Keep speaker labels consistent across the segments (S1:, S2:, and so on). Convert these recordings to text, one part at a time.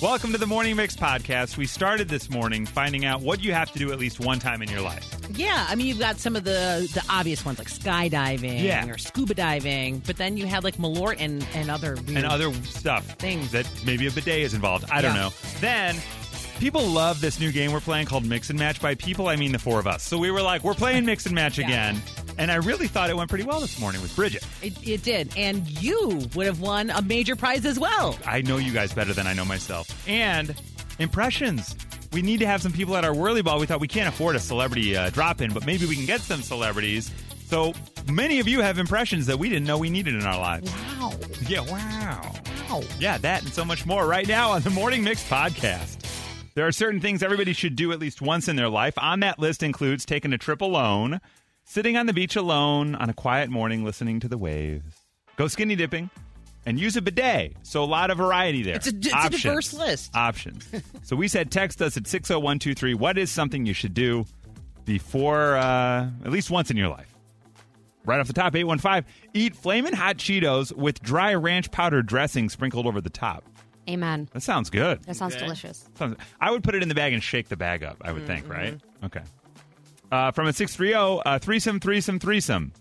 S1: Welcome to the Morning Mix podcast. We started this morning finding out what you have to do at least one time in your life.
S2: Yeah, I mean, you've got some of the the obvious ones like skydiving
S1: Yeah.
S2: or scuba diving, but then you had like Malort and and other weird.
S1: and other stuff
S2: Mm. Things.
S1: that maybe a bidet is involved. I don't
S2: Yeah.
S1: know. Then people love this new game we're playing called Mix and Match. By people, I mean the four of us. So we were like, we're playing Mix and Match
S2: Yeah.
S1: again, and I really thought it went pretty well this morning with Bridget.
S2: It, it did, and you would have won a major prize as well.
S1: I know you guys better than I know myself. And impressions. We need to have some people at our whirly ball. We thought we can't afford a celebrity uh, drop in, but maybe we can get some celebrities. So many of you have impressions that we didn't know we needed in our lives.
S2: Wow,
S1: Yeah, wow.
S2: wow.
S1: Yeah, that and so much more right now on the Morning Mix podcast. There are certain things everybody should do at least once in their life. On that list includes taking a trip alone, sitting on the beach alone on a quiet morning listening to the waves, go skinny dipping, and use a bidet. So a lot of variety there.
S2: It's a- it's a
S1: Options.
S2: diverse list.
S1: Options. so we said text us at 60123 what is something you should do before uh, at least once in your life? Right off the top, 815. Eat flamin' hot Cheetos with dry ranch powder dressing sprinkled over the top.
S3: Amen.
S1: That sounds good.
S3: That sounds delicious.
S1: Sounds- I would put it in the bag and shake the bag up, I would think, right? Okay. Uh, from a 630, uh, threesome, threesome, threesome.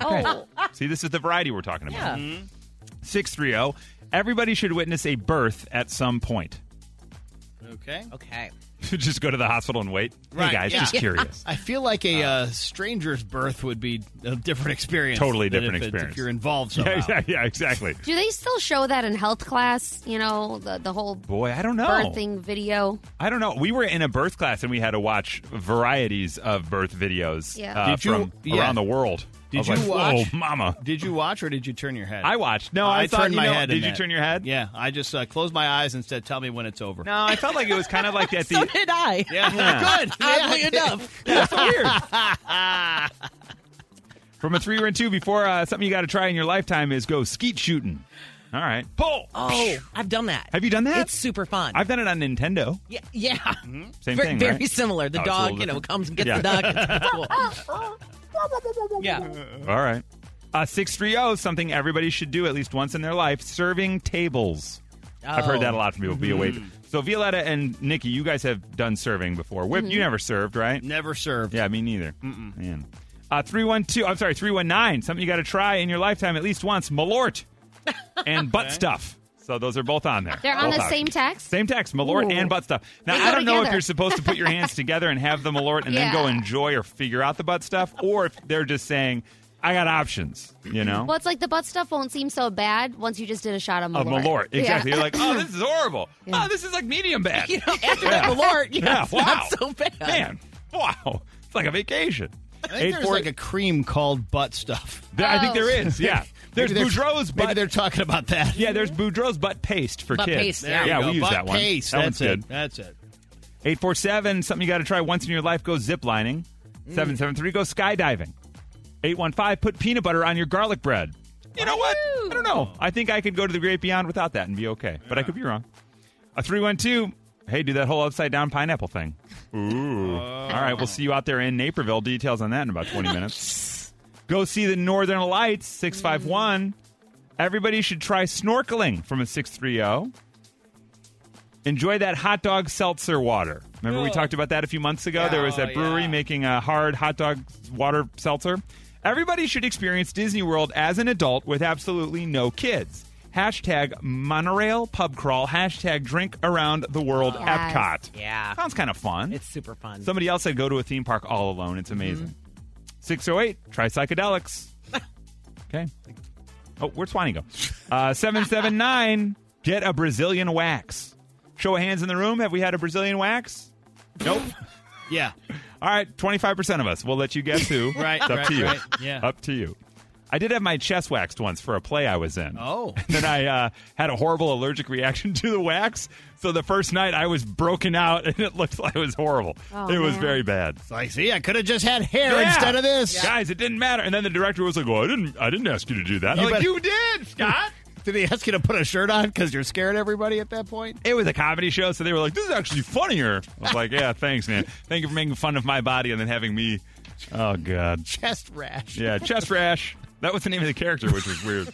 S3: Oh,
S1: See, this is the variety we're talking about.
S2: Yeah.
S1: 630, everybody should witness a birth at some point.
S4: Okay.
S2: Okay.
S1: just go to the hospital and wait.
S4: Right,
S1: hey, guys,
S4: yeah.
S1: just curious.
S4: I feel like a uh, stranger's birth would be a different experience.
S1: Totally
S4: than
S1: different
S4: if it's-
S1: experience.
S4: If you're involved somehow.
S1: Yeah, yeah, yeah, exactly.
S3: do they still show that in health class? You know, the, the whole
S1: Boy, I don't know.
S3: birthing video.
S1: I don't know. We were in a birth class and we had to watch varieties of birth videos
S3: Yeah.
S1: uh,
S4: Did you-
S1: from
S4: yeah.
S1: around the world.
S4: Did
S1: I was
S4: you
S1: like,
S4: watch-
S1: Whoa, mama.
S4: Did you watch or did you turn your head?
S1: I watched. No, I, thought,
S4: turned
S1: you
S4: my
S1: know-
S4: head. in
S1: Did you
S4: that.
S1: turn your head?
S4: Yeah, I just uh, closed my eyes and said, "Tell me when it's over."
S1: No, I felt like it was kind of like at
S2: So
S1: the.
S2: did I.
S4: Yeah, good.
S2: Oddly enough.
S1: Yeah, so weird. From a three or a two, before uh, something you got to try in your lifetime is go skeet shooting. All right. Pull.
S2: Oh, I've done that.
S1: Have you done that?
S2: It's super fun.
S1: I've done it on Nintendo.
S2: yeah, yeah.
S1: Same
S2: Ver-
S1: thing.
S2: very
S1: right?
S2: similar. The
S1: Oh, it's a
S2: dog,
S1: little
S2: you know,
S1: different.
S2: comes and gets
S1: Yeah.
S2: the duck. It's cool. yeah.
S1: All right. Uh, 630, something everybody should do at least once in their life serving tables. I've heard that a lot from people. Be
S2: Oh.
S1: awake. So, Violetta and Nikki, you guys have done serving before. Whip,
S2: Mm-hmm.
S1: you never served, right?
S4: Never served.
S1: Yeah, me neither. Man. Uh, 312, I'm sorry, 319, something you got to try in your lifetime at least once Malort and butt stuff. So, those are both on there.
S3: They're on
S1: Both
S3: the same text?
S1: Same text, Malort
S3: Ooh.
S1: and butt stuff. Now,
S3: They
S1: I
S3: go
S1: don't know if
S3: together.
S1: you're supposed to put your hands together and have the Malort and then
S3: Yeah.
S1: go enjoy or figure out the butt stuff, or if they're just saying, I got options, you know?
S3: Well, it's like the butt stuff won't seem so bad once you just did a shot of Malort.
S1: of Malort.
S3: Yeah.
S1: Exactly. You're like, oh, this is horrible. Oh, this is like medium bad.
S2: You know, after that Malort, you know,
S1: Yeah,
S2: it's
S1: wow.
S2: not so bad.
S1: Man, wow. It's like a vacation.
S4: I think there's like a cream called butt stuff.
S1: There- I think there is. Yeah. There's
S4: Oh. Maybe they're-
S1: Boudreaux's
S4: Maybe
S1: butt.
S4: they're talking about that.
S1: Yeah, there's Boudreaux's butt paste for
S2: Butt
S1: kids.
S2: paste,
S4: There
S1: yeah,
S2: yeah.
S4: we go.
S1: we use
S4: Butt
S1: that one.
S4: Paste.
S1: That one's
S4: That's it.
S1: good.
S4: That's it.
S1: 847, something you got to try once in your life, go ziplining.
S4: Mm.
S1: 773, go skydiving. 815, put peanut butter on your garlic bread. You know what? I don't know. I think I could go to the great beyond without that and be okay, but I could be wrong. A 312, hey, do that whole upside down pineapple thing. Ooh. All right, we'll see you out there in Naperville. Details on that in about 20 minutes. Go see the Northern Lights, 651. Everybody should try snorkeling from a 630. Enjoy that hot dog seltzer water. Remember we talked about that a few months ago? there was that brewery making a hard hot dog water seltzer. Everybody should experience Disney World as an adult with absolutely no kids. Hashtag monorail pub crawl. Hashtag drink around the world
S3: Yes.
S1: Epcot.
S2: Yeah.
S1: Sounds kind of fun.
S2: It's super fun.
S1: Somebody else said go to a theme park all alone. It's amazing.
S2: Mm-hmm.
S1: 608, try psychedelics. okay. Oh, where'd Swanee go? Uh, 779, get a Brazilian wax. Show of hands in the room. Have we had a Brazilian wax? Nope.
S4: Yeah.
S1: all right, 25% of us. We'll let you guess who.
S4: Right,
S1: It's up
S4: right,
S1: to you.
S4: right. Yeah.
S1: Up to you. I did have my chest waxed once for a play I was in.
S4: Oh.
S1: And then I uh, had a horrible allergic reaction to the wax. So the first night I was broken out and it looked like it was horrible.
S3: Oh,
S1: it was
S3: man.
S1: very bad.
S4: It's like, see, I could have just had hair
S1: Yeah.
S4: instead of this.
S1: Guys, it didn't matter. And then the director was like, "Well, I didn't I didn't ask you to do that." I'm
S4: You
S1: like,
S4: better-
S1: "You did, Scott."
S4: Did he ask you to put a shirt on because you're scared everybody at that point?
S1: It was a comedy show, so they were like, "This is actually funnier." I was like, "Yeah, thanks, man. Thank you for making fun of my body and then having me." Oh god.
S4: Chest rash.
S1: Yeah, chest rash. That was the name of the character, which was weird.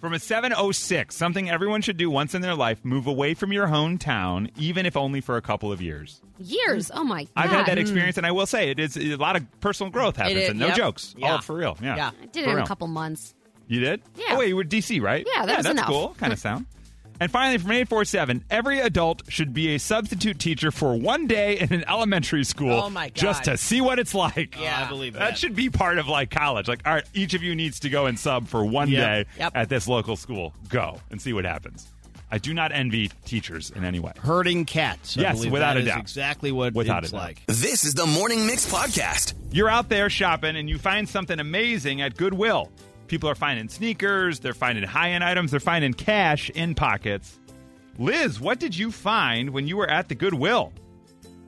S1: From a 706, something everyone should do once in their life move away from your hometown, even if only for a couple of years.
S3: Years. Oh my god.
S1: I've had that experience, and I will say it is a lot of personal growth happens.
S2: is,
S1: and no
S2: yep.
S1: jokes.
S2: Yeah.
S1: All for real. Yeah.
S2: Yeah.
S3: I did
S1: For
S3: it in
S1: real.
S3: a couple months.
S1: You did?
S3: Yeah.
S1: Oh, wait, you were DC, right?
S3: Yeah, that was
S1: that's
S3: enough.
S1: cool. Kind of sound. And finally, from 847, every adult should be a substitute teacher for one day in an elementary school
S2: Oh, my God.
S1: just to see what it's like.
S2: Yeah.
S4: I believe
S1: That
S4: that.
S1: should be part of like college. Like, all right, each of you needs to go and sub for one
S4: Yep.
S1: day
S2: Yep.
S1: at this local school. Go and see what happens. I do not envy teachers in any way.
S4: Herding cats. I
S1: Yes,
S4: believe
S1: without a
S4: that is
S1: doubt.
S4: exactly what
S1: Without
S4: it's
S1: a doubt.
S4: like.
S5: This is the Morning Mix Podcast.
S1: You're out there shopping and you find something amazing at Goodwill. People are finding sneakers, they're finding high end items, they're finding cash in pockets. Liz, what did you find when you were at the Goodwill?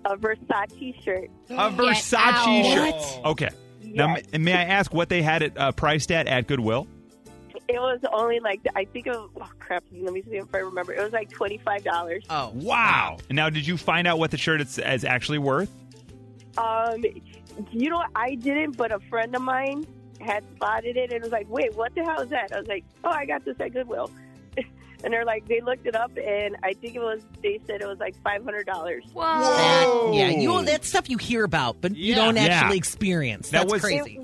S6: a Versace shirt.
S1: A
S3: out.
S1: Versace shirt. Okay. Now,
S6: Yes.
S1: ma- may I ask what they had it uh, priced at at Goodwill?
S6: It was only like I think it was oh crap. Let me see if I remember. It was like twenty five dollars.
S2: Oh,
S1: Wow. Now, did you find out what the shirt is, is actually worth?
S6: Um, you know I didn't, but a friend of mine had spotted it and was like, "Wait, what the hell is that?" I was like, "Oh, I got this at Goodwill." and they're like, they looked it up, and I think it was. They said it was like five hundred dollars.
S3: Whoa.
S2: That, yeah, you that stuff you hear about, but you
S4: Yeah.
S2: don't
S1: Yeah.
S2: actually experience.
S1: That
S2: That's
S1: was-
S2: crazy.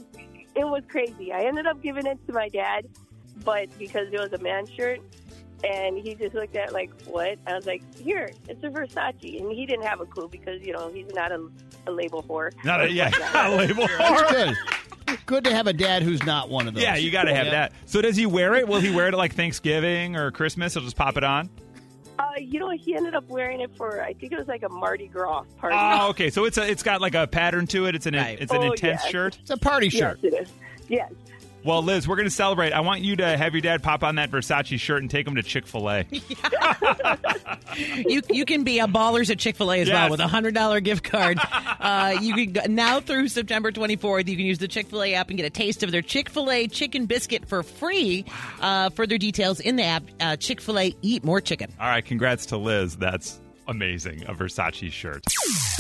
S6: It was crazy. I ended up giving it to my dad, but because it was a man's shirt, and he just looked at it like, "What?" I was like, "Here, it's a Versace," and he didn't have a clue because you know he's not a, a label whore.
S1: Not a, yeah, not a label.
S4: That's good. Good to have a dad who's not one of those.
S1: Yeah, you got to have
S4: Yep.
S1: that. So, does he wear it? Will he wear it at like Thanksgiving or Christmas? He'll just pop it on?
S6: Uh, you know, he ended up wearing it for I think it was like a Mardi Gras party.
S1: Oh, okay. So it's a, it's got like a pattern to it. It's an
S2: Right.
S1: it's an
S6: Oh,
S1: intense
S6: yes.
S1: shirt.
S4: It's a party
S6: yes,
S4: shirt.
S6: it is. Yes.
S1: Well, Liz, we're going to celebrate. I want you to have your dad pop on that Versace shirt and take him to Chick Fil A.
S2: You you can be a ballers at Chick Fil A as
S1: Yes.
S2: well with a hundred dollar gift card. uh, you can go, now through September twenty fourth. You can use the Chick Fil A app and get a taste of their Chick Fil A chicken biscuit for free. Uh, further details in the app. Uh, Chick Fil A, eat more chicken.
S1: All right, congrats to Liz. That's amazing. A Versace shirt.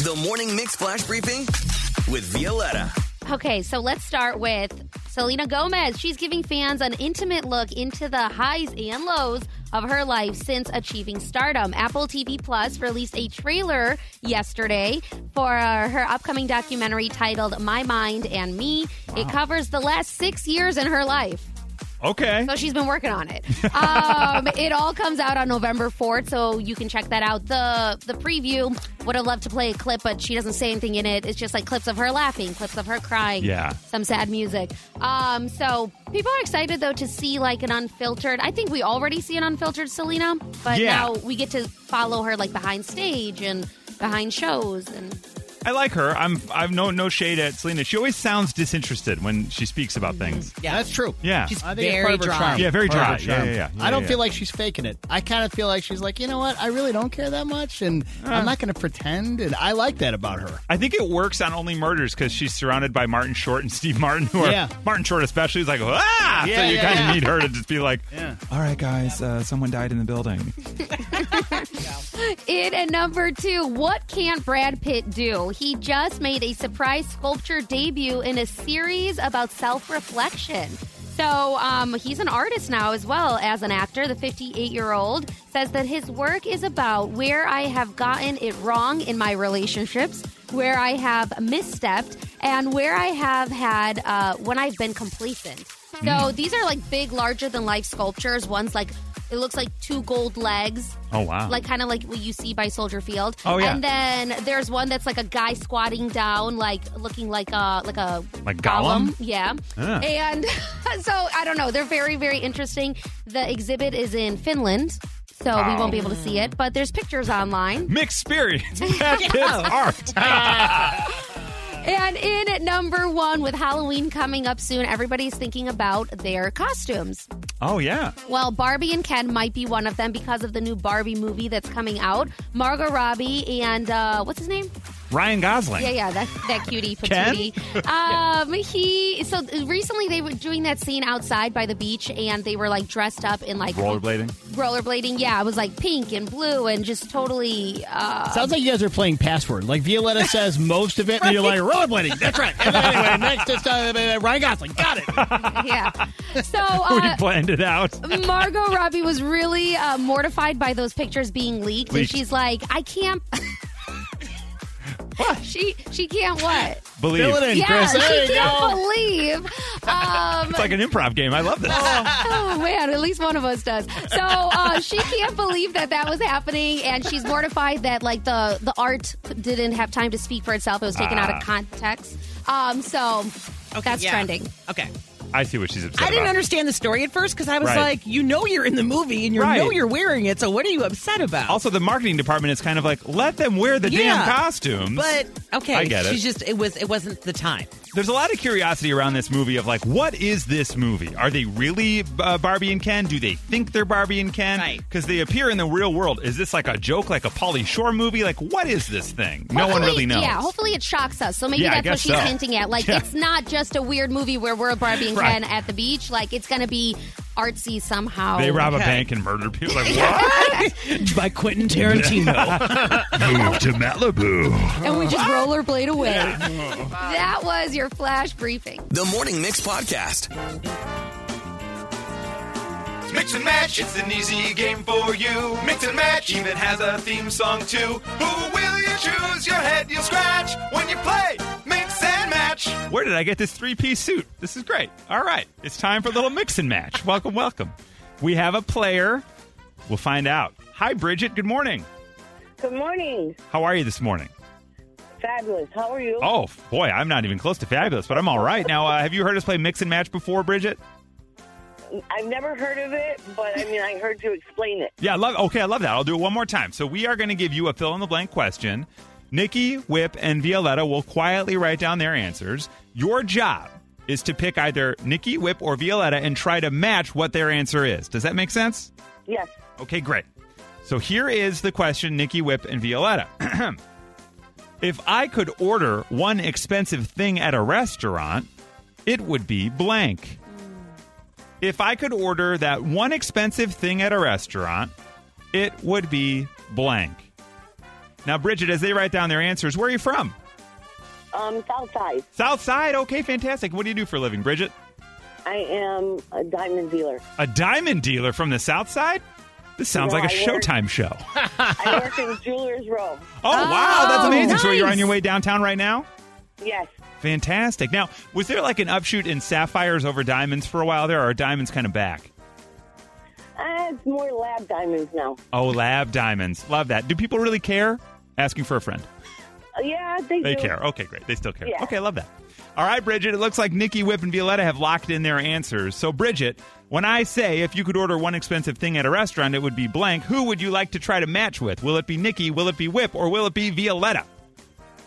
S5: The Morning Mix Flash Briefing with Violetta.
S3: Okay, so let's start with Selena Gomez. She's giving fans an intimate look into the highs and lows of her life since achieving stardom. Apple TV Plus released a trailer yesterday for uh, her upcoming documentary titled My Mind and Me. It covers the last six years in her life.
S1: Okay.
S3: So she's been working on it. Um, it all comes out on November 4th, so you can check that out. The the preview would have loved to play a clip, but she doesn't say anything in it. It's just like clips of her laughing, clips of her crying,
S1: Yeah.
S3: some sad music. Um, so people are excited though to see like an unfiltered. I think we already see an unfiltered Selena, but
S1: Yeah.
S3: now we get to follow her like behind stage and behind shows and
S1: I like her. I'm I've no no shade at Selena. She always sounds disinterested when she speaks about
S4: Mm-hmm.
S1: things.
S2: Yeah.
S4: That's true.
S1: Yeah.
S2: She's
S4: I think it's
S2: very
S4: part of her
S2: dry.
S4: charm.
S1: Yeah, very
S4: Part of her
S1: dry. Yeah,
S4: charm.
S1: yeah, yeah. Yeah,
S4: I don't
S1: yeah.
S4: feel like she's faking it. I kind of feel like she's like, you know what? I really don't care that much, and
S1: Ah.
S4: I'm not going to pretend. And I like that about her.
S1: I think it works on Only Murders because she's surrounded by Martin Short and Steve Martin. Who are,
S4: Yeah.
S1: Martin Short especially is like, ah! so
S4: Yeah,
S1: you
S4: yeah,
S1: kind of
S4: yeah.
S1: need her to just be like,
S4: Yeah.
S1: all right, guys, uh, someone died in the building.
S3: In at number two, what can't Brad Pitt do? He just made a surprise sculpture debut in a series about self reflection. So um, he's an artist now as well as an actor. The 58 year old says that his work is about where I have gotten it wrong in my relationships, where I have misstepped, and where I have had uh, when I've been complacent. So
S1: Hmm.
S3: these are like big, larger than life sculptures. One's like, it looks like two gold legs
S1: Oh, wow.
S3: like kind of like what you see by Soldier Field.
S1: Oh, yeah.
S3: And then there's one that's like a guy squatting down, like looking like a like a
S1: Like Gollum?
S3: Yeah.
S1: Ah.
S3: And so I don't know. They're very very interesting. The exhibit is in Finland, so we won't be able to see it. But there's pictures online.
S1: Mixed experience. Brad Pitt's art.
S3: And in at number one, with Halloween coming up soon, everybody's thinking about their costumes.
S1: oh, yeah.
S3: Well, Barbie and Ken might be one of them because of the new Barbie movie that's coming out. Margot Robbie and uh, what's his name?
S1: Ryan Gosling.
S3: Yeah, yeah, that that cutie
S1: Ken?
S3: patootie. Um, he so recently they were doing that scene outside by the beach, and they were like dressed up in like
S1: Rollerblading.
S3: rollerblading. Yeah, it was like pink and blue and just totally. Uh,
S4: Sounds like you guys are playing password. Like Violetta says most of it, and you're like rollerblading. That's right. And then anyway, next is uh, Ryan Gosling. Got it.
S3: yeah. So
S1: we
S3: uh,
S1: planned it out.
S3: Margot Robbie was really uh, mortified by those pictures being leaked, and
S1: Leaked.
S3: she's like, "I can't." She she can't what?
S1: Believe.
S4: Fill it in,
S3: Yeah,
S4: Chris. There
S3: she
S4: you
S3: can't
S4: go.
S3: believe. Um,
S1: It's like an improv game. I love this.
S3: oh man, at least one of us does. So uh, she can't believe that that was happening, and she's mortified that like the the art didn't have time to speak for itself. It was taken
S1: Ah.
S3: out of context. Um, so that's
S2: yeah.
S3: trending.
S2: Okay.
S1: I see what she's upset
S2: I didn't
S1: about.
S2: understand the story at first because I was
S1: Right.
S2: like, you know, you're in the movie and you
S1: Right.
S2: know you're wearing it. So what are you upset about?
S1: Also, the marketing department is kind of like, let them wear the
S2: Yeah.
S1: damn costumes.
S2: but okay,
S1: I get it.
S2: she's just it was it wasn't the time.
S1: There's a lot of curiosity around this movie of like, what is this movie? Are they really uh, Barbie and Ken? Do they think they're Barbie and Ken?
S2: Right.
S1: Because they appear in the real world. Is this like a joke, like a Polly Shore movie? Like, what is this thing? No one
S3: Hopefully-
S1: really knows.
S3: Yeah, hopefully it shocks us. So maybe
S1: Yeah, I
S3: that's what
S1: guess
S3: she's
S1: so.
S3: hinting at. Like
S1: Yeah.
S3: it's not just a weird movie where we're Barbie and
S1: Right.
S3: Ken at the beach. Like it's going to be artsy somehow.
S1: They rob a
S2: Okay.
S1: bank and murder people. Like, what?
S2: By Quentin Tarantino.
S1: Move to Malibu.
S3: and we just rollerblade away. that was your flash briefing.
S5: The Morning Mix Podcast.
S1: Mix and match, it's an easy game for you. Mix and match even has a theme song too. Who will you choose? Your head you'll scratch when you play mix and match. Where did I get this three piece suit? This is great. All right, it's time for a little mix and match. Welcome, welcome. We have a player. We'll find out. Hi, Bridget. Good morning.
S6: Good morning.
S1: How are you this morning?
S6: Fabulous. How are you?
S1: Oh, boy, I'm not even close to fabulous, but I'm all right. Now, uh, have you heard us play mix and match before, Bridget?
S6: I've never heard of it, but I mean, I heard you explain it.
S1: Yeah, I love. Okay, I love that. I'll do it one more time. So we are going to give you a fill in the blank question. Nikki, Whip, and Violetta will quietly write down their answers. Your job is to pick either Nikki, Whip, or Violetta and try to match what their answer is. Does that make sense?
S6: Yes.
S1: Okay, great. So here is the question, Nikki, Whip, and Violetta. if I could order one expensive thing at a restaurant, it would be blank. If I could order that one expensive thing at a restaurant, it would be blank. Now, Bridget, as they write down their answers, where are you from?
S6: Um, Southside.
S1: South Side. Okay, fantastic. What do you do for a living, Bridget?
S6: I am a diamond dealer.
S1: A diamond dealer from the South Side? This sounds
S6: No,
S1: like a
S6: I work-
S1: Showtime show.
S6: I work in Jewelers Row.
S1: Oh, wow, that's amazing. So you're
S2: nice.
S1: on your way downtown right now?
S6: Yes.
S1: Fantastic. Now, was there like an upshoot in sapphires over diamonds for a while there, or are diamonds kind of back?
S6: Uh, it's more lab diamonds now.
S1: Oh, lab diamonds. Love that. Do people really care? Asking for a friend.
S6: Uh, yeah, they,
S1: They
S6: do.
S1: care. Oh. Okay, great. They still care.
S6: Yeah.
S1: Okay, love that. All right, Bridget, it looks like Nikki, Whip, and Violetta have locked in their answers. So, Bridget, when I say if you could order one expensive thing at a restaurant, it would be blank, who would you like to try to match with? Will it be Nikki? Will it be Whip? Or will it be Violetta?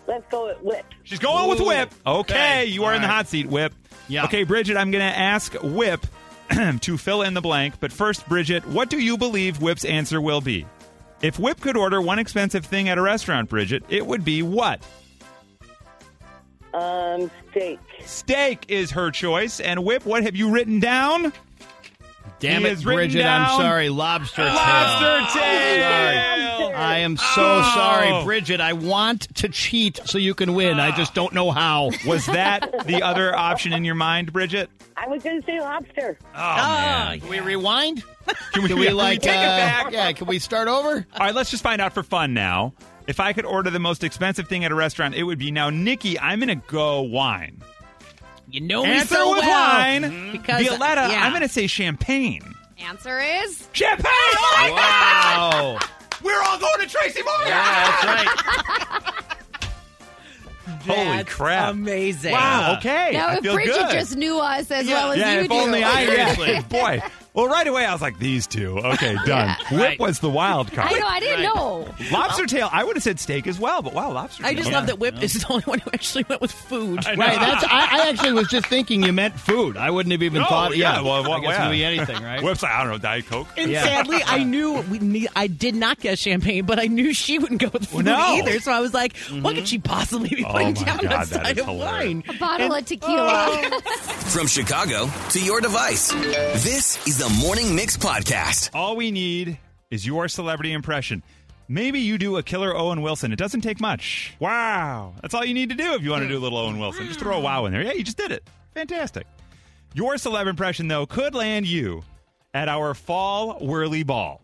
S6: Let's go at Whip.
S1: She's going with
S4: Ooh.
S1: Whip. Okay,
S4: Okay.
S1: you are in the
S4: All right.
S1: hot seat, Whip.
S4: Yeah.
S1: Okay, Bridget, I'm going to ask Whip to fill in the blank. But first, Bridget, what do you believe Whip's answer will be? If Whip could order one expensive thing at a restaurant, Bridget, it would be what?
S6: Um, steak.
S1: Steak is her choice. And Whip, what have you written down?
S4: Damn
S1: He
S4: it,
S1: is written
S4: Bridget.
S1: down.
S4: I'm sorry. Lobster. tail.
S1: Lobster
S4: Sorry.
S1: tail.
S4: I am so
S1: Oh.
S4: sorry, Bridget. I want to cheat so you can win. I just don't know how.
S1: Was that the other option in your mind, Bridget?
S6: I was going to say lobster.
S1: Oh,
S7: Uh,
S1: man.
S4: Can we rewind?
S1: Can we,
S4: Can we like
S1: take
S4: uh,
S1: it back?
S4: Yeah, can we start over?
S1: All right, let's just find out for fun now. If I could order the most expensive thing at a restaurant, it would be now, Nikki, I'm going to go wine.
S2: You know me
S1: Answer
S2: so
S1: with
S2: well.
S1: wine.
S2: Because-
S1: Violetta,
S2: yeah.
S1: I'm going to say champagne.
S3: Answer is
S1: Champagne! Oh.
S4: Wow.
S1: We're all going to Tracy Morgan!
S4: That's right.
S1: Holy
S2: That's
S1: crap.
S2: Amazing.
S1: Wow, okay.
S3: now
S1: I
S3: if
S1: feel
S3: Bridget
S1: good.
S3: just knew us as well as
S1: yeah,
S3: you
S1: if
S3: do.
S1: only I, yeah.
S4: Seriously.
S1: boy, Well, right away I was like, these two. Okay, done. Whip
S8: Right.
S1: was the wild card.
S3: I know. I didn't
S8: Right.
S3: know.
S1: Lobster tail. I would have said steak as well, but wow, lobster.
S2: I
S1: tail.
S2: just love that Whip is the only one who actually went with food.
S4: Right, that's. I, I actually was just thinking you meant food. I wouldn't have even
S1: No,
S4: thought.
S1: yeah,
S4: Yeah,
S1: well, well,
S4: I guess
S1: yeah.
S4: it could be anything, right?
S1: Whip's like, I don't know, Diet Coke.
S2: And
S4: Yeah.
S2: sadly, I knew we need, I did not get champagne, but I knew she wouldn't go with food
S1: no.
S2: either. So I was like, what could she possibly be
S1: Oh, my
S2: putting down
S1: God,
S2: that
S1: that
S2: side
S1: is
S2: of wine?
S3: A bottle of
S1: uh,
S3: tequila.
S5: From Chicago to your device, this is the Morning Mix Podcast.
S1: All we need is your celebrity impression. Maybe you do a killer Owen Wilson. It doesn't take much. Wow. That's all you need to do if you want to do a little Owen Wilson. Just throw a wow in there. Yeah, you just did it. Fantastic. Your celeb impression, though, could land you at our fall whirly ball.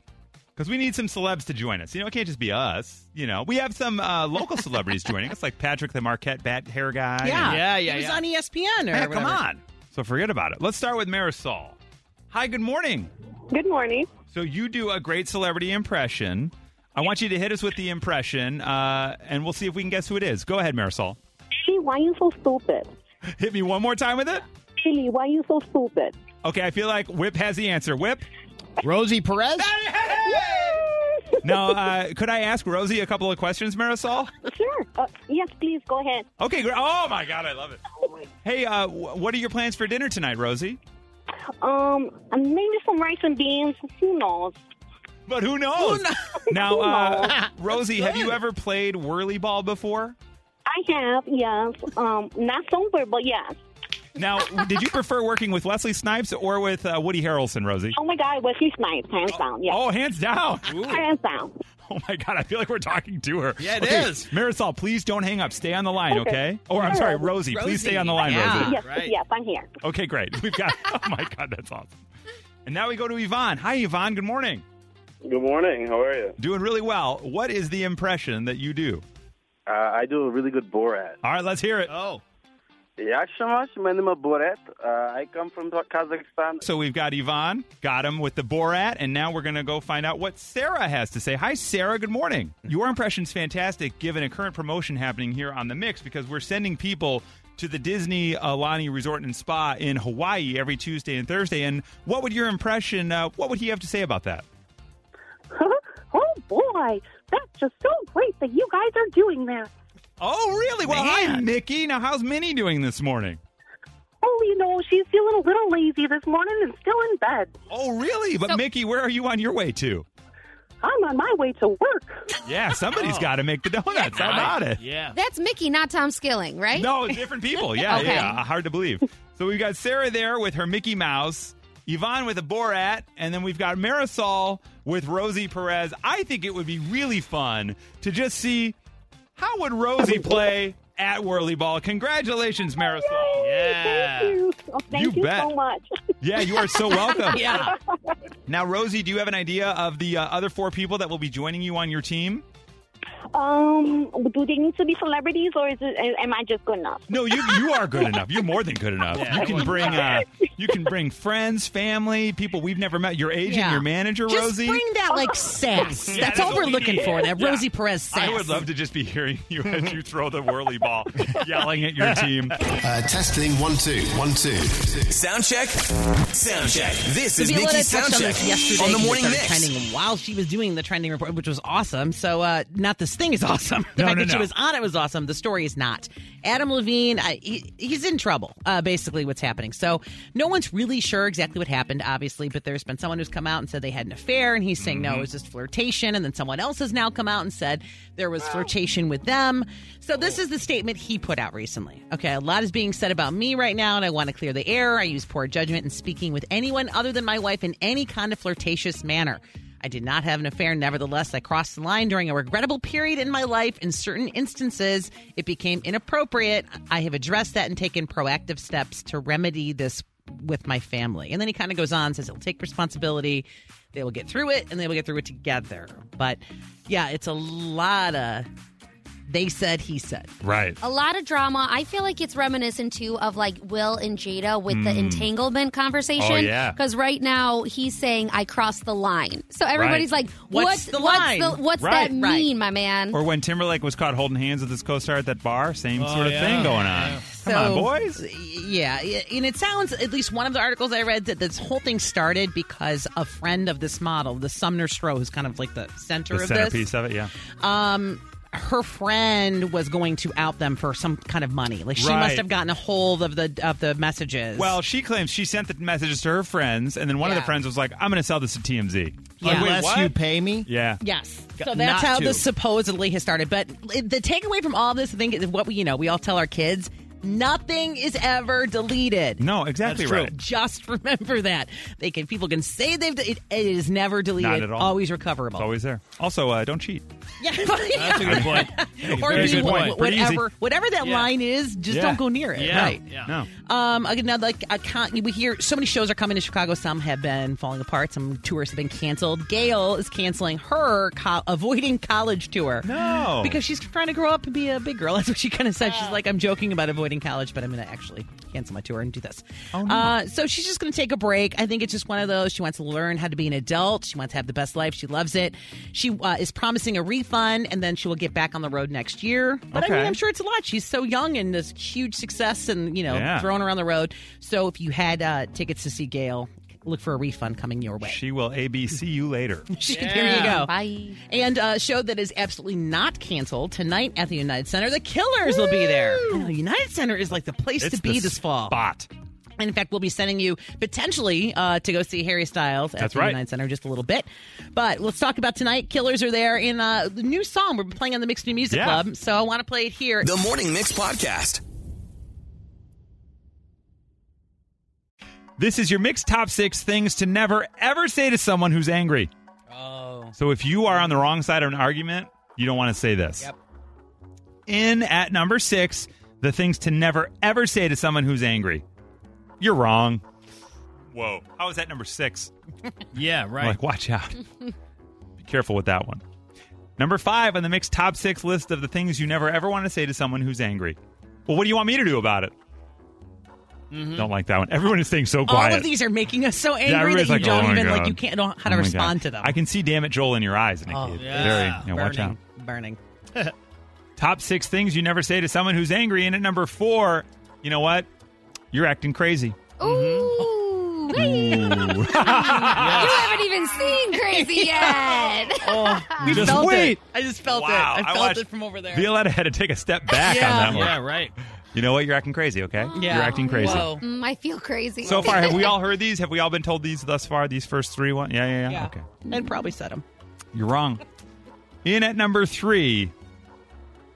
S1: Because we need some celebs to join us. You know, it can't just be us. You know, we have some uh, local celebrities joining us, like Patrick the Marquette bat hair guy. and-
S2: Yeah.
S8: Yeah, yeah,
S2: It was
S8: yeah.
S2: on E ESPN or
S1: Yeah,
S2: whatever.
S1: come on. So forget about it. Let's start with Marisol. Hi, good morning.
S6: Good morning.
S1: So you do a great celebrity impression. I want you to hit us with the impression, uh, and we'll see if we can guess who it is. Go ahead, Marisol.
S7: She, why you so stupid?
S1: Hit me one more time with it.
S7: Chili, why you so stupid?
S1: Okay, I feel like Whip has the answer. Whip.
S4: Rosie Perez.
S1: Now, uh, could I ask Rosie a couple of questions, Marisol?
S7: Sure. Uh, yes, please go ahead.
S1: Okay. gr- Oh my God, I love it. Hey, uh, wh- what are your plans for dinner tonight, Rosie?
S7: Um, and maybe some rice and beans. Who knows?
S1: But who knows? Now, uh, Rosie, have you ever played whirly ball before?
S7: I have, yes. Um, not sober, but yes.
S1: Now, did you prefer working with Wesley Snipes or with uh, Woody Harrelson, Rosie?
S7: Oh my God, was he nice? Hands down, yes.
S1: Oh, hands down.
S7: Hands down.
S1: Oh my God, I feel like we're talking to her.
S8: Yeah, it
S1: it
S8: is.
S1: is. Marisol, please don't hang up. Stay on the line, okay? Or I'm sorry, Rosie, please stay on the line,
S2: Yeah.
S1: Rosie.
S7: Yes,
S8: right.
S7: yes, I'm here.
S1: Okay, great. We've got. oh my God, that's awesome. And now we go to Yvonne. Hi, Yvonne. Good morning.
S9: Good morning. How are you?
S1: Doing really well. What is the impression that you do?
S9: Uh, I do a really good Borat.
S1: All right, let's hear it.
S8: Oh,
S9: Yashamash, my name is Borat. Uh, I come from Kazakhstan.
S1: So we've got Yvonne, got him with the Borat, and now we're going to go find out what Sarah has to say. Hi, Sarah. Good morning. Your impression's fantastic given a current promotion happening here on The Mix because we're sending people to the Disney Alani Resort and Spa in Hawaii every Tuesday and Thursday. And what would your impression, uh, what would he have to say about that?
S7: oh boy, that's just so great that you guys are doing that.
S1: Oh, really? Well, hi, Mickey. Now, how's Minnie doing this morning?
S7: Oh, you know, she's feeling a little lazy this morning and still in bed.
S1: Oh, really? But,
S3: So-
S1: Mickey, where are you on your way to?
S7: I'm on my way to work.
S1: Yeah, somebody's got to make the donuts. How about it?
S8: yeah.
S3: That's Mickey, not Tom Skilling, right?
S1: No, different people. Yeah,
S3: Okay.
S1: yeah. uh, Hard to believe. So we've got Sarah there with her Mickey Mouse, Yvonne with a Borat, and then we've got Marisol with Rosie Perez. I think it would be really fun to just see how would Rosie play at Whirly Ball. Congratulations, Marisol.
S8: Yeah.
S7: Thank you. Oh,
S1: You
S7: thank you,
S1: bet.
S7: so much.
S1: Yeah, you are so welcome.
S2: Yeah.
S1: Now, Rosie, do you have an idea of the uh, other four people that will be joining you on your team?
S7: Um, do they need to be celebrities or is it, am I just good enough?
S1: No, you you are good enough. You're more than good enough.
S8: Yeah,
S1: you
S8: I
S1: can
S8: wouldn't-
S1: bring uh, you can bring friends, family, people we've never met, your agent,
S2: Yeah.
S1: your manager,
S2: Just
S1: Rosie.
S2: bring that like sass.
S1: Yeah,
S2: that's all
S1: that's
S2: we're
S1: what we
S2: looking
S1: need.
S2: for. That
S1: Yeah.
S2: Rosie Perez sass.
S1: I would love to just be hearing you as you throw the whirly ball, yelling at your team.
S10: Uh, testing one two one two.
S5: Sound check. Sound check. This is
S2: Violetta
S5: Mickey's
S2: touched
S5: Sound
S2: on
S5: Check
S2: this yesterday
S5: on the
S2: because it
S5: Morning
S2: started
S5: Mix.
S2: trending while she was doing the trending report, which was awesome. So, uh, not this thing is awesome. The
S1: No,
S2: fact
S1: no,
S2: that
S1: no.
S2: she was on it was awesome. The story is not. Adam Levine, I, he, he's in trouble. Uh, basically, what's happening. So, no one's really sure exactly what happened, obviously. But there's been someone who's come out and said they had an affair, and he's saying
S5: Mm-hmm.
S2: no, it was just flirtation. And then someone else has now come out and said there was flirtation with them. So, this is the statement he put out recently. Okay, a lot is being said about me right now, and I want to clear the air. I use poor judgment in speaking with anyone other than my wife in any kind of flirtatious manner. I did not have an affair. Nevertheless, I crossed the line during a regrettable period in my life. In certain instances, it became inappropriate. I have addressed that and taken proactive steps to remedy this with my family. And then he kind of goes on, says he'll take responsibility. They will get through it and they will get through it together. But yeah, it's a lot of they said, he said.
S1: Right.
S3: A lot of drama. I feel like it's reminiscent too of like Will and Jada with the entanglement conversation.
S1: Mm. Oh, yeah.
S3: Because right now he's saying I crossed the line, so everybody's like,
S2: What's the line?
S3: What's, the, what's
S1: Right.
S3: that mean,
S2: Right.
S3: my man?
S1: Or when Timberlake was caught holding hands with his co-star at that bar, same
S4: Oh,
S1: sort of
S4: yeah.
S1: thing going on.
S4: Yeah.
S1: Come on,
S2: Oh,
S1: boys.
S2: Yeah, and it sounds at least one of the articles I read that this whole thing started because a friend of this model, the Sumner Stroh, who's kind of like the center
S1: The
S2: of
S1: centerpiece
S2: this.
S1: of it, yeah.
S2: Um, her friend was going to out them for some kind of money. Like she
S1: Right.
S2: must have gotten a hold of the of the messages.
S1: Well, she claims she sent the messages to her friends, and then one of the
S2: Yeah.
S1: friends was like, "I'm going to sell this to TMZ."
S2: Yeah.
S1: Like, wait,
S4: Unless
S1: what?
S4: you pay me.
S1: yeah.
S2: Yes. So
S4: Got-
S2: that's
S4: not
S2: how
S4: to.
S2: this supposedly has started. But it- the takeaway from all this, I think, is what we you know we all tell our kids: nothing is ever deleted.
S1: No, exactly
S4: That's true.
S1: right.
S2: Just remember that they can people can say they've it, it is never deleted.
S1: Not at all.
S2: Always
S1: It's
S2: recoverable.
S1: always there. Also, uh, don't cheat.
S2: yeah.
S4: That's a good point.
S2: Or
S1: Very
S2: be
S1: good
S2: wha-
S1: point.
S2: wha-
S1: Pretty easy.
S2: whatever whatever that
S4: Yeah.
S2: line is, just
S1: Yeah.
S2: don't go near it.
S4: Yeah.
S2: Right.
S4: Yeah.
S1: No.
S2: Um, again, now, like I can't, we hear so many shows are coming to Chicago. Some have been falling apart. Some tours have been canceled. Gail is canceling her co- avoiding college tour.
S1: No.
S2: because she's trying to grow up and be a big girl. That's what she kind of said. She's like, I'm joking about avoiding college, but I'm going to actually cancel my tour and do this.
S1: Oh,
S2: uh, so she's just going to take a break. I think it's just one of those. She wants to learn how to be an adult. She wants to have the best life. She loves it. She uh, is promising a refund, and then she will get back on the road next year. But I mean,
S1: Okay.
S2: I'm sure it's a lot. She's so young and this huge success, and you know,
S1: Yeah.
S2: thrown around the road. So if you had uh, tickets to see Gail, look for a refund coming your way.
S1: She will ABC you later.
S2: There you go.
S3: Bye.
S2: And a show that is absolutely not canceled tonight at the United Center. The Killers will be there. Oh, the United Center is like the place
S1: It's
S2: to be
S1: the
S2: this fall.
S1: Spot.
S2: And in fact, we'll be sending you potentially uh, to go see Harry Styles at
S1: That's
S2: the
S1: right.
S2: United Center in just a little bit. But let's talk about tonight. Killers are there in uh, the new song we're playing on the Mixed New Music
S1: Yeah.
S2: Club. So I want to play it here.
S5: The Morning Mix Podcast.
S1: This is your mixed top six things to never ever say to someone who's angry.
S4: Oh.
S1: So if you are on the wrong side of an argument, you don't want to say this.
S4: Yep.
S1: In at number six, the things to never ever say to someone who's angry. You're wrong. Whoa. How is that number six?
S4: Yeah, right.
S1: Like, watch out. Be careful with that one. Number five on the mixed top six list of the things you never ever want to say to someone who's angry. Well, what do you want me to do about it? Don't like that one. Everyone is staying so quiet.
S2: Mm-hmm. All of these are making us so
S1: Yeah,
S2: angry that
S1: everybody's
S2: you
S1: like,
S2: don't
S1: "Oh my
S2: even like
S1: God."
S2: you can't know how to
S1: Oh my
S2: respond
S1: God.
S2: to them.
S1: I can see damn it, Joel, in your eyes, Nikki.
S2: Oh,
S1: It's
S4: yeah.
S1: Very, you know, watch out.
S2: burning, burning.
S1: Top six things you never say to someone who's angry. And at number four, you know what? You're acting crazy.
S3: Ooh. Hey,
S1: Ooh.
S3: You haven't even seen Crazy yet.
S2: Oh, we
S1: Just
S2: felt
S1: wait.
S2: It. I just felt
S1: Wow,
S2: it. I
S1: I
S2: felt
S1: watched
S2: it from over there.
S1: Violetta had to take a step back on that one.
S4: Yeah, right.
S1: You know what? You're acting crazy, okay?
S2: Yeah.
S1: You're acting crazy.
S2: Whoa.
S3: Mm, I feel crazy.
S1: So far, have we all heard these? Have we all been told these thus far? These first three one? Yeah, yeah, yeah.
S2: Yeah.
S1: Okay.
S2: And probably said them.
S1: You're wrong. In at number three,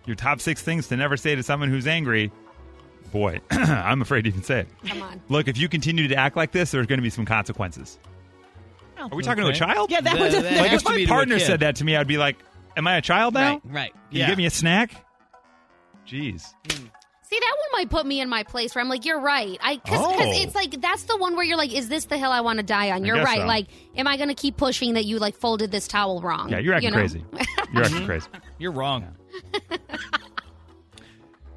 S1: your top six things to never say to someone who's angry. Boy, I'm afraid to even say it.
S3: Come on.
S1: Look, if you continue to act like this, there's going to be some consequences. Are we talking
S4: Okay.
S1: to a child?
S2: Yeah, that was a
S4: that
S1: Like
S4: has
S1: if
S4: to be
S1: my
S4: to a
S1: partner
S4: kid.
S1: said that to me, I'd be like, "Am I a child now?
S4: Right, right.
S1: Can
S4: yeah.
S1: you give me a snack?" Jeez.
S3: See, that one might put me in my place where I'm like, you're right. I because
S1: Oh.
S3: it's like that's the one where you're like, is this the hill I want to die on?
S1: I
S3: You're
S1: guess
S3: right.
S1: so.
S3: Like, am I going to keep pushing that you like folded this towel wrong?
S1: Yeah, you're acting
S3: You know?
S1: crazy. You're acting crazy.
S4: You're wrong.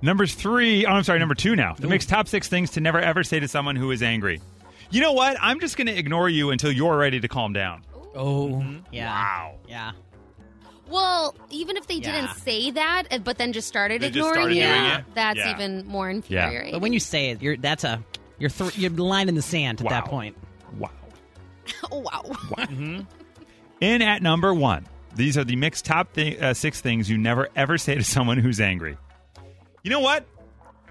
S1: Number three, oh, I'm sorry, number two now. The mixed top six things to never ever say to someone who is angry. You know what? I'm just going to ignore you until you're ready to calm down.
S4: Oh.
S2: Mm-hmm. Yeah.
S1: Wow.
S2: Yeah.
S3: Well, even if they
S2: Yeah.
S3: didn't say that, uh, but then just started
S1: They just
S3: ignoring
S1: started
S3: you,
S2: doing
S1: it?
S3: that's
S1: Yeah.
S3: even more infuriating.
S2: But when you say it, you're that's a you're th- you're line in the sand at that
S1: Wow.
S2: point.
S1: Wow.
S3: oh, wow.
S1: In at number one, these are the mixed top thi- uh, six things you never ever say to someone who's angry. You know what?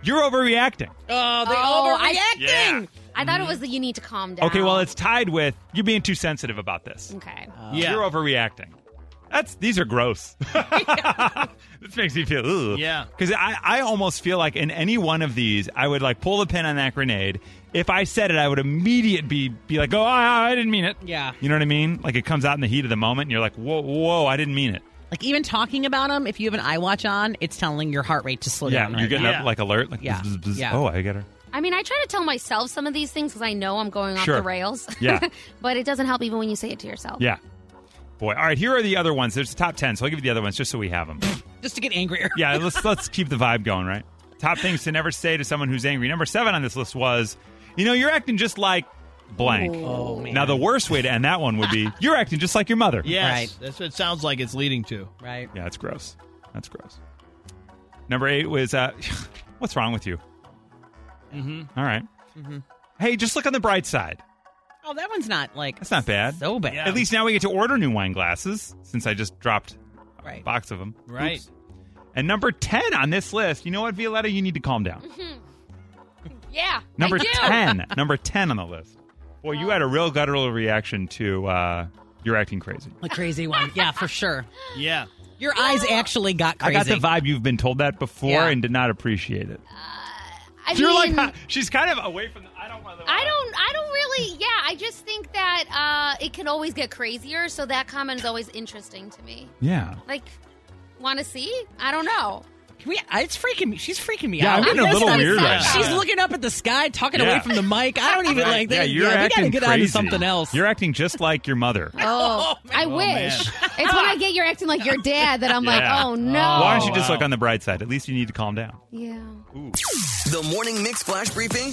S1: You're overreacting.
S2: Oh, they Mm-hmm.
S3: Oh, I-
S1: Yeah.
S3: I thought it was the you need to calm down.
S1: Okay, well, it's tied with you're being too sensitive about this.
S3: okay.
S4: Yeah.
S1: Oh. You're overreacting. That's these are gross. this makes me feel ooh.
S4: Yeah.
S1: Because I, I almost feel like in any one of these, I would like pull the pin on that grenade. If I said it, I would immediately be, be like, oh, I, I didn't mean it.
S2: Yeah.
S1: You know what I mean? Like it comes out in the heat of the moment and you're like, whoa, whoa, I didn't mean it.
S2: Like even talking about them, if you have an eye watch on, it's telling your heart rate to slow
S1: yeah.
S2: down.
S1: You're
S2: right
S1: getting
S2: now.
S1: up like alert. Like,
S2: Yeah.
S1: bzz, bzz, bzz.
S2: Yeah.
S1: Oh, I get her.
S3: I mean, I try to tell myself some of these things because I know I'm going off
S1: Sure.
S3: the rails.
S1: Yeah.
S3: but it doesn't help even when you say it to yourself.
S1: Yeah. Boy. All right. Here are the other ones. There's the top 10. So I'll give you the other ones just so we have them.
S2: just to get angrier.
S1: Yeah, let's let's keep the vibe going, right? Top things to never say to someone who's angry. Number seven on this list was, you know, you're acting just like blank.
S2: Oh, man.
S1: Now the worst way to end that one would be, you're acting just like your mother.
S4: Yes,
S2: Right.
S4: that's what it sounds like it's leading to.
S2: Right.
S1: Yeah, that's gross. That's gross. Number eight was, uh, what's wrong with you? Mm-hmm. All right. Hey, just look on the bright side.
S2: Oh, that one's not like
S1: That's not bad.
S2: so bad.
S1: At least now we get to order new wine glasses since I just dropped a
S2: Right.
S1: box of them.
S4: Right.
S1: Oops. And number 10 on this list, you know what, Violetta? You need to calm down.
S3: Yeah.
S1: Number
S3: I do.
S1: 10. Number 10 on the list. Boy, you had a real guttural reaction to uh, you're acting crazy.
S2: a crazy one. Yeah, for sure.
S4: Yeah.
S2: Your eyes actually got
S1: I
S2: crazy.
S1: got the vibe you've been told that before
S2: Yeah.
S1: and did not appreciate it.
S3: I
S1: you're
S3: mean,
S1: like, she's kind of away from the. I don't want to.
S3: I don't. I don't really. Yeah, I just think that uh, it can always get crazier. So that comment is always interesting to me.
S1: Yeah.
S3: Like, want to see? I don't know.
S2: Can we, I- it's freaking me. She's freaking me
S1: Yeah,
S2: out.
S1: I'm getting a
S2: That's
S1: little
S2: not-
S1: weird right
S2: She's
S1: now.
S2: looking up at the sky, talking
S1: Uh, Yeah.
S2: away from the mic. I don't even like
S1: yeah,
S2: that.
S1: you're
S2: we
S1: acting
S2: gotta get
S1: crazy.
S2: on to something else.
S1: You're acting just like your mother.
S3: Oh, I wish. it's when I get you're acting like your dad that I'm
S1: Yeah.
S3: like, oh no.
S1: Why don't you just
S4: wow.
S1: look on the bright side? At least you need to calm down.
S3: yeah.
S5: The Morning Mix Flash Briefing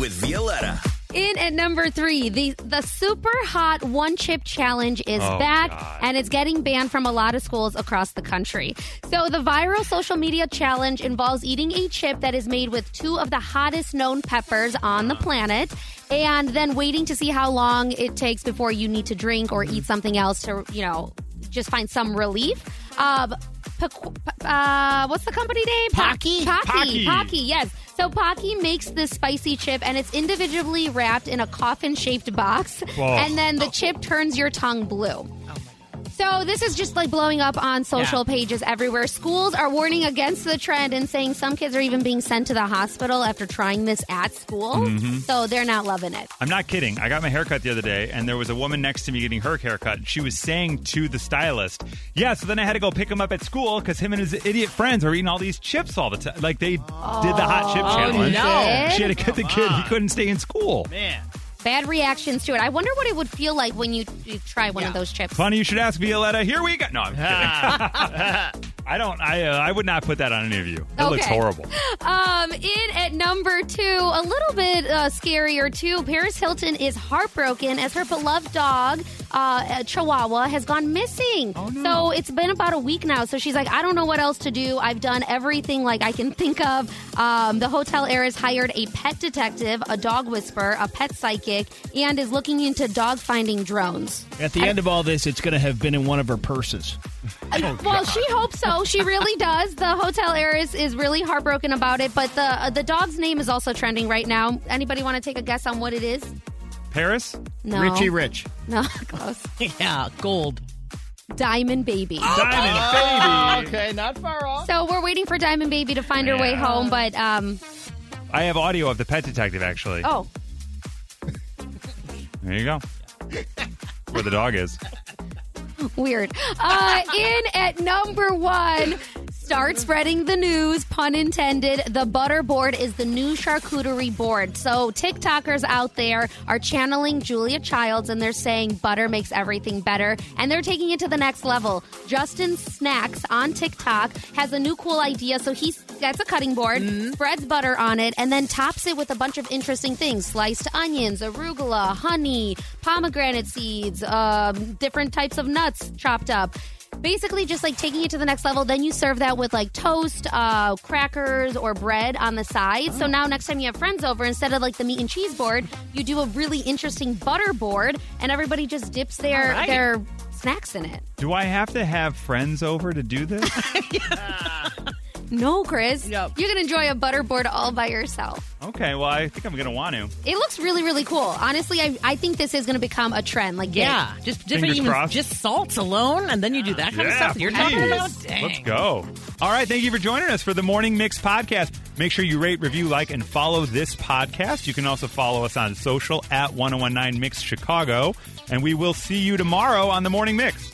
S5: with Violetta.
S3: In at number three, the the super hot one chip challenge is
S1: Oh,
S3: back
S1: God.
S3: and it's getting banned from a lot of schools across the country. So the viral social media challenge involves eating a chip that is made with two of the hottest known peppers on the planet and then waiting to see how long it takes before you need to drink or eat something else to, you know, just find some relief. Uh, Pac- uh, what's the company name?
S2: Pocky.
S1: Pocky.
S3: Pocky. Pocky. Pocky, yes. So Pocky makes this spicy chip and it's individually wrapped in a coffin shaped box.
S1: Whoa.
S3: And then the chip turns your tongue blue. So this is just like blowing up on social pages everywhere. Schools are warning against the trend and saying some kids are even being sent to the hospital after trying this at school. So they're not loving it.
S1: I'm not kidding. I got my haircut the other day, and there was a woman next to me getting her haircut. She was saying to the stylist, "Yeah." So then I had to go pick him up at school because him and his idiot friends are eating all these chips all the time. Like they did the hot chip challenge.
S2: no.
S1: She had to get the kid. He couldn't stay in school.
S4: Man.
S3: Bad reactions to it. I wonder what it would feel like when you, you try one of those chips.
S1: Funny you should ask, Violetta. Here we go. No, I'm kidding. I don't. I uh, I would not put that on any of you. It looks
S3: Okay.
S1: horrible.
S3: Um, in at number two, a little bit uh, scarier too. Paris Hilton is heartbroken as her beloved dog, uh, Chihuahua, has gone missing. Oh, no. So it's been about a week now. So she's like, I don't know what else to do. I've done everything like I can think of. Um, the hotel air has hired a pet detective, a dog whisperer, a pet psychic, and is looking into dog finding drones.
S4: At the end of all this, it's going to have been in one of her purses.
S3: Well, she hopes so. She really does. The hotel heiress is really heartbroken about it, but the uh, the dog's name is also trending right now. Anybody want to take a guess on what it is?
S1: Paris.
S3: No.
S4: Richie Rich.
S3: No, close.
S2: yeah, gold.
S3: Diamond Baby.
S1: Diamond
S3: Oh.
S1: baby.
S4: Okay, not far off.
S3: So we're waiting for Diamond Baby to find her way
S1: Yeah.
S3: home, but um
S1: I have audio of the pet detective actually.
S3: oh,
S1: There you go. Where the dog is.
S3: weird. Uh in at number 1, start spreading the news, pun intended. The butter board is the new charcuterie board. So TikTokers out there are channeling Julia Childs and they're saying butter makes everything better and they're taking it to the next level. Justin Snacks on TikTok has a new cool idea. So he gets a cutting board, spreads butter on it, and then tops it with a bunch of interesting things sliced onions, arugula, honey, pomegranate seeds, um, different types of nuts chopped up. Basically, just like taking it to the next level. Then you serve that with like toast, uh, crackers, or bread on the side. So now, next time you have friends over, instead of like the meat and cheese board, you do a really interesting butter board, and everybody just dips their
S2: Alrighty.
S3: their snacks in it.
S1: Do I have to have friends over to do this?
S3: No, Chris,
S2: Yep.
S3: you can enjoy a butter board all by yourself.
S1: okay, well, I think I'm going to want to.
S3: It looks really, really cool. Honestly, I, I think this is going to become a trend. Like,
S2: Yeah, just different.
S1: Fingers
S2: even
S1: crossed.
S2: Just salts alone, and then you do that kind of stuff. You're talking
S1: please.
S2: about. Dang.
S1: Let's go. All right, thank you for joining us for the Morning Mix podcast. Make sure you rate, review, like, and follow this podcast. You can also follow us oh on social at 1019 Mix Chicago. And we will see you tomorrow on the Morning Mix.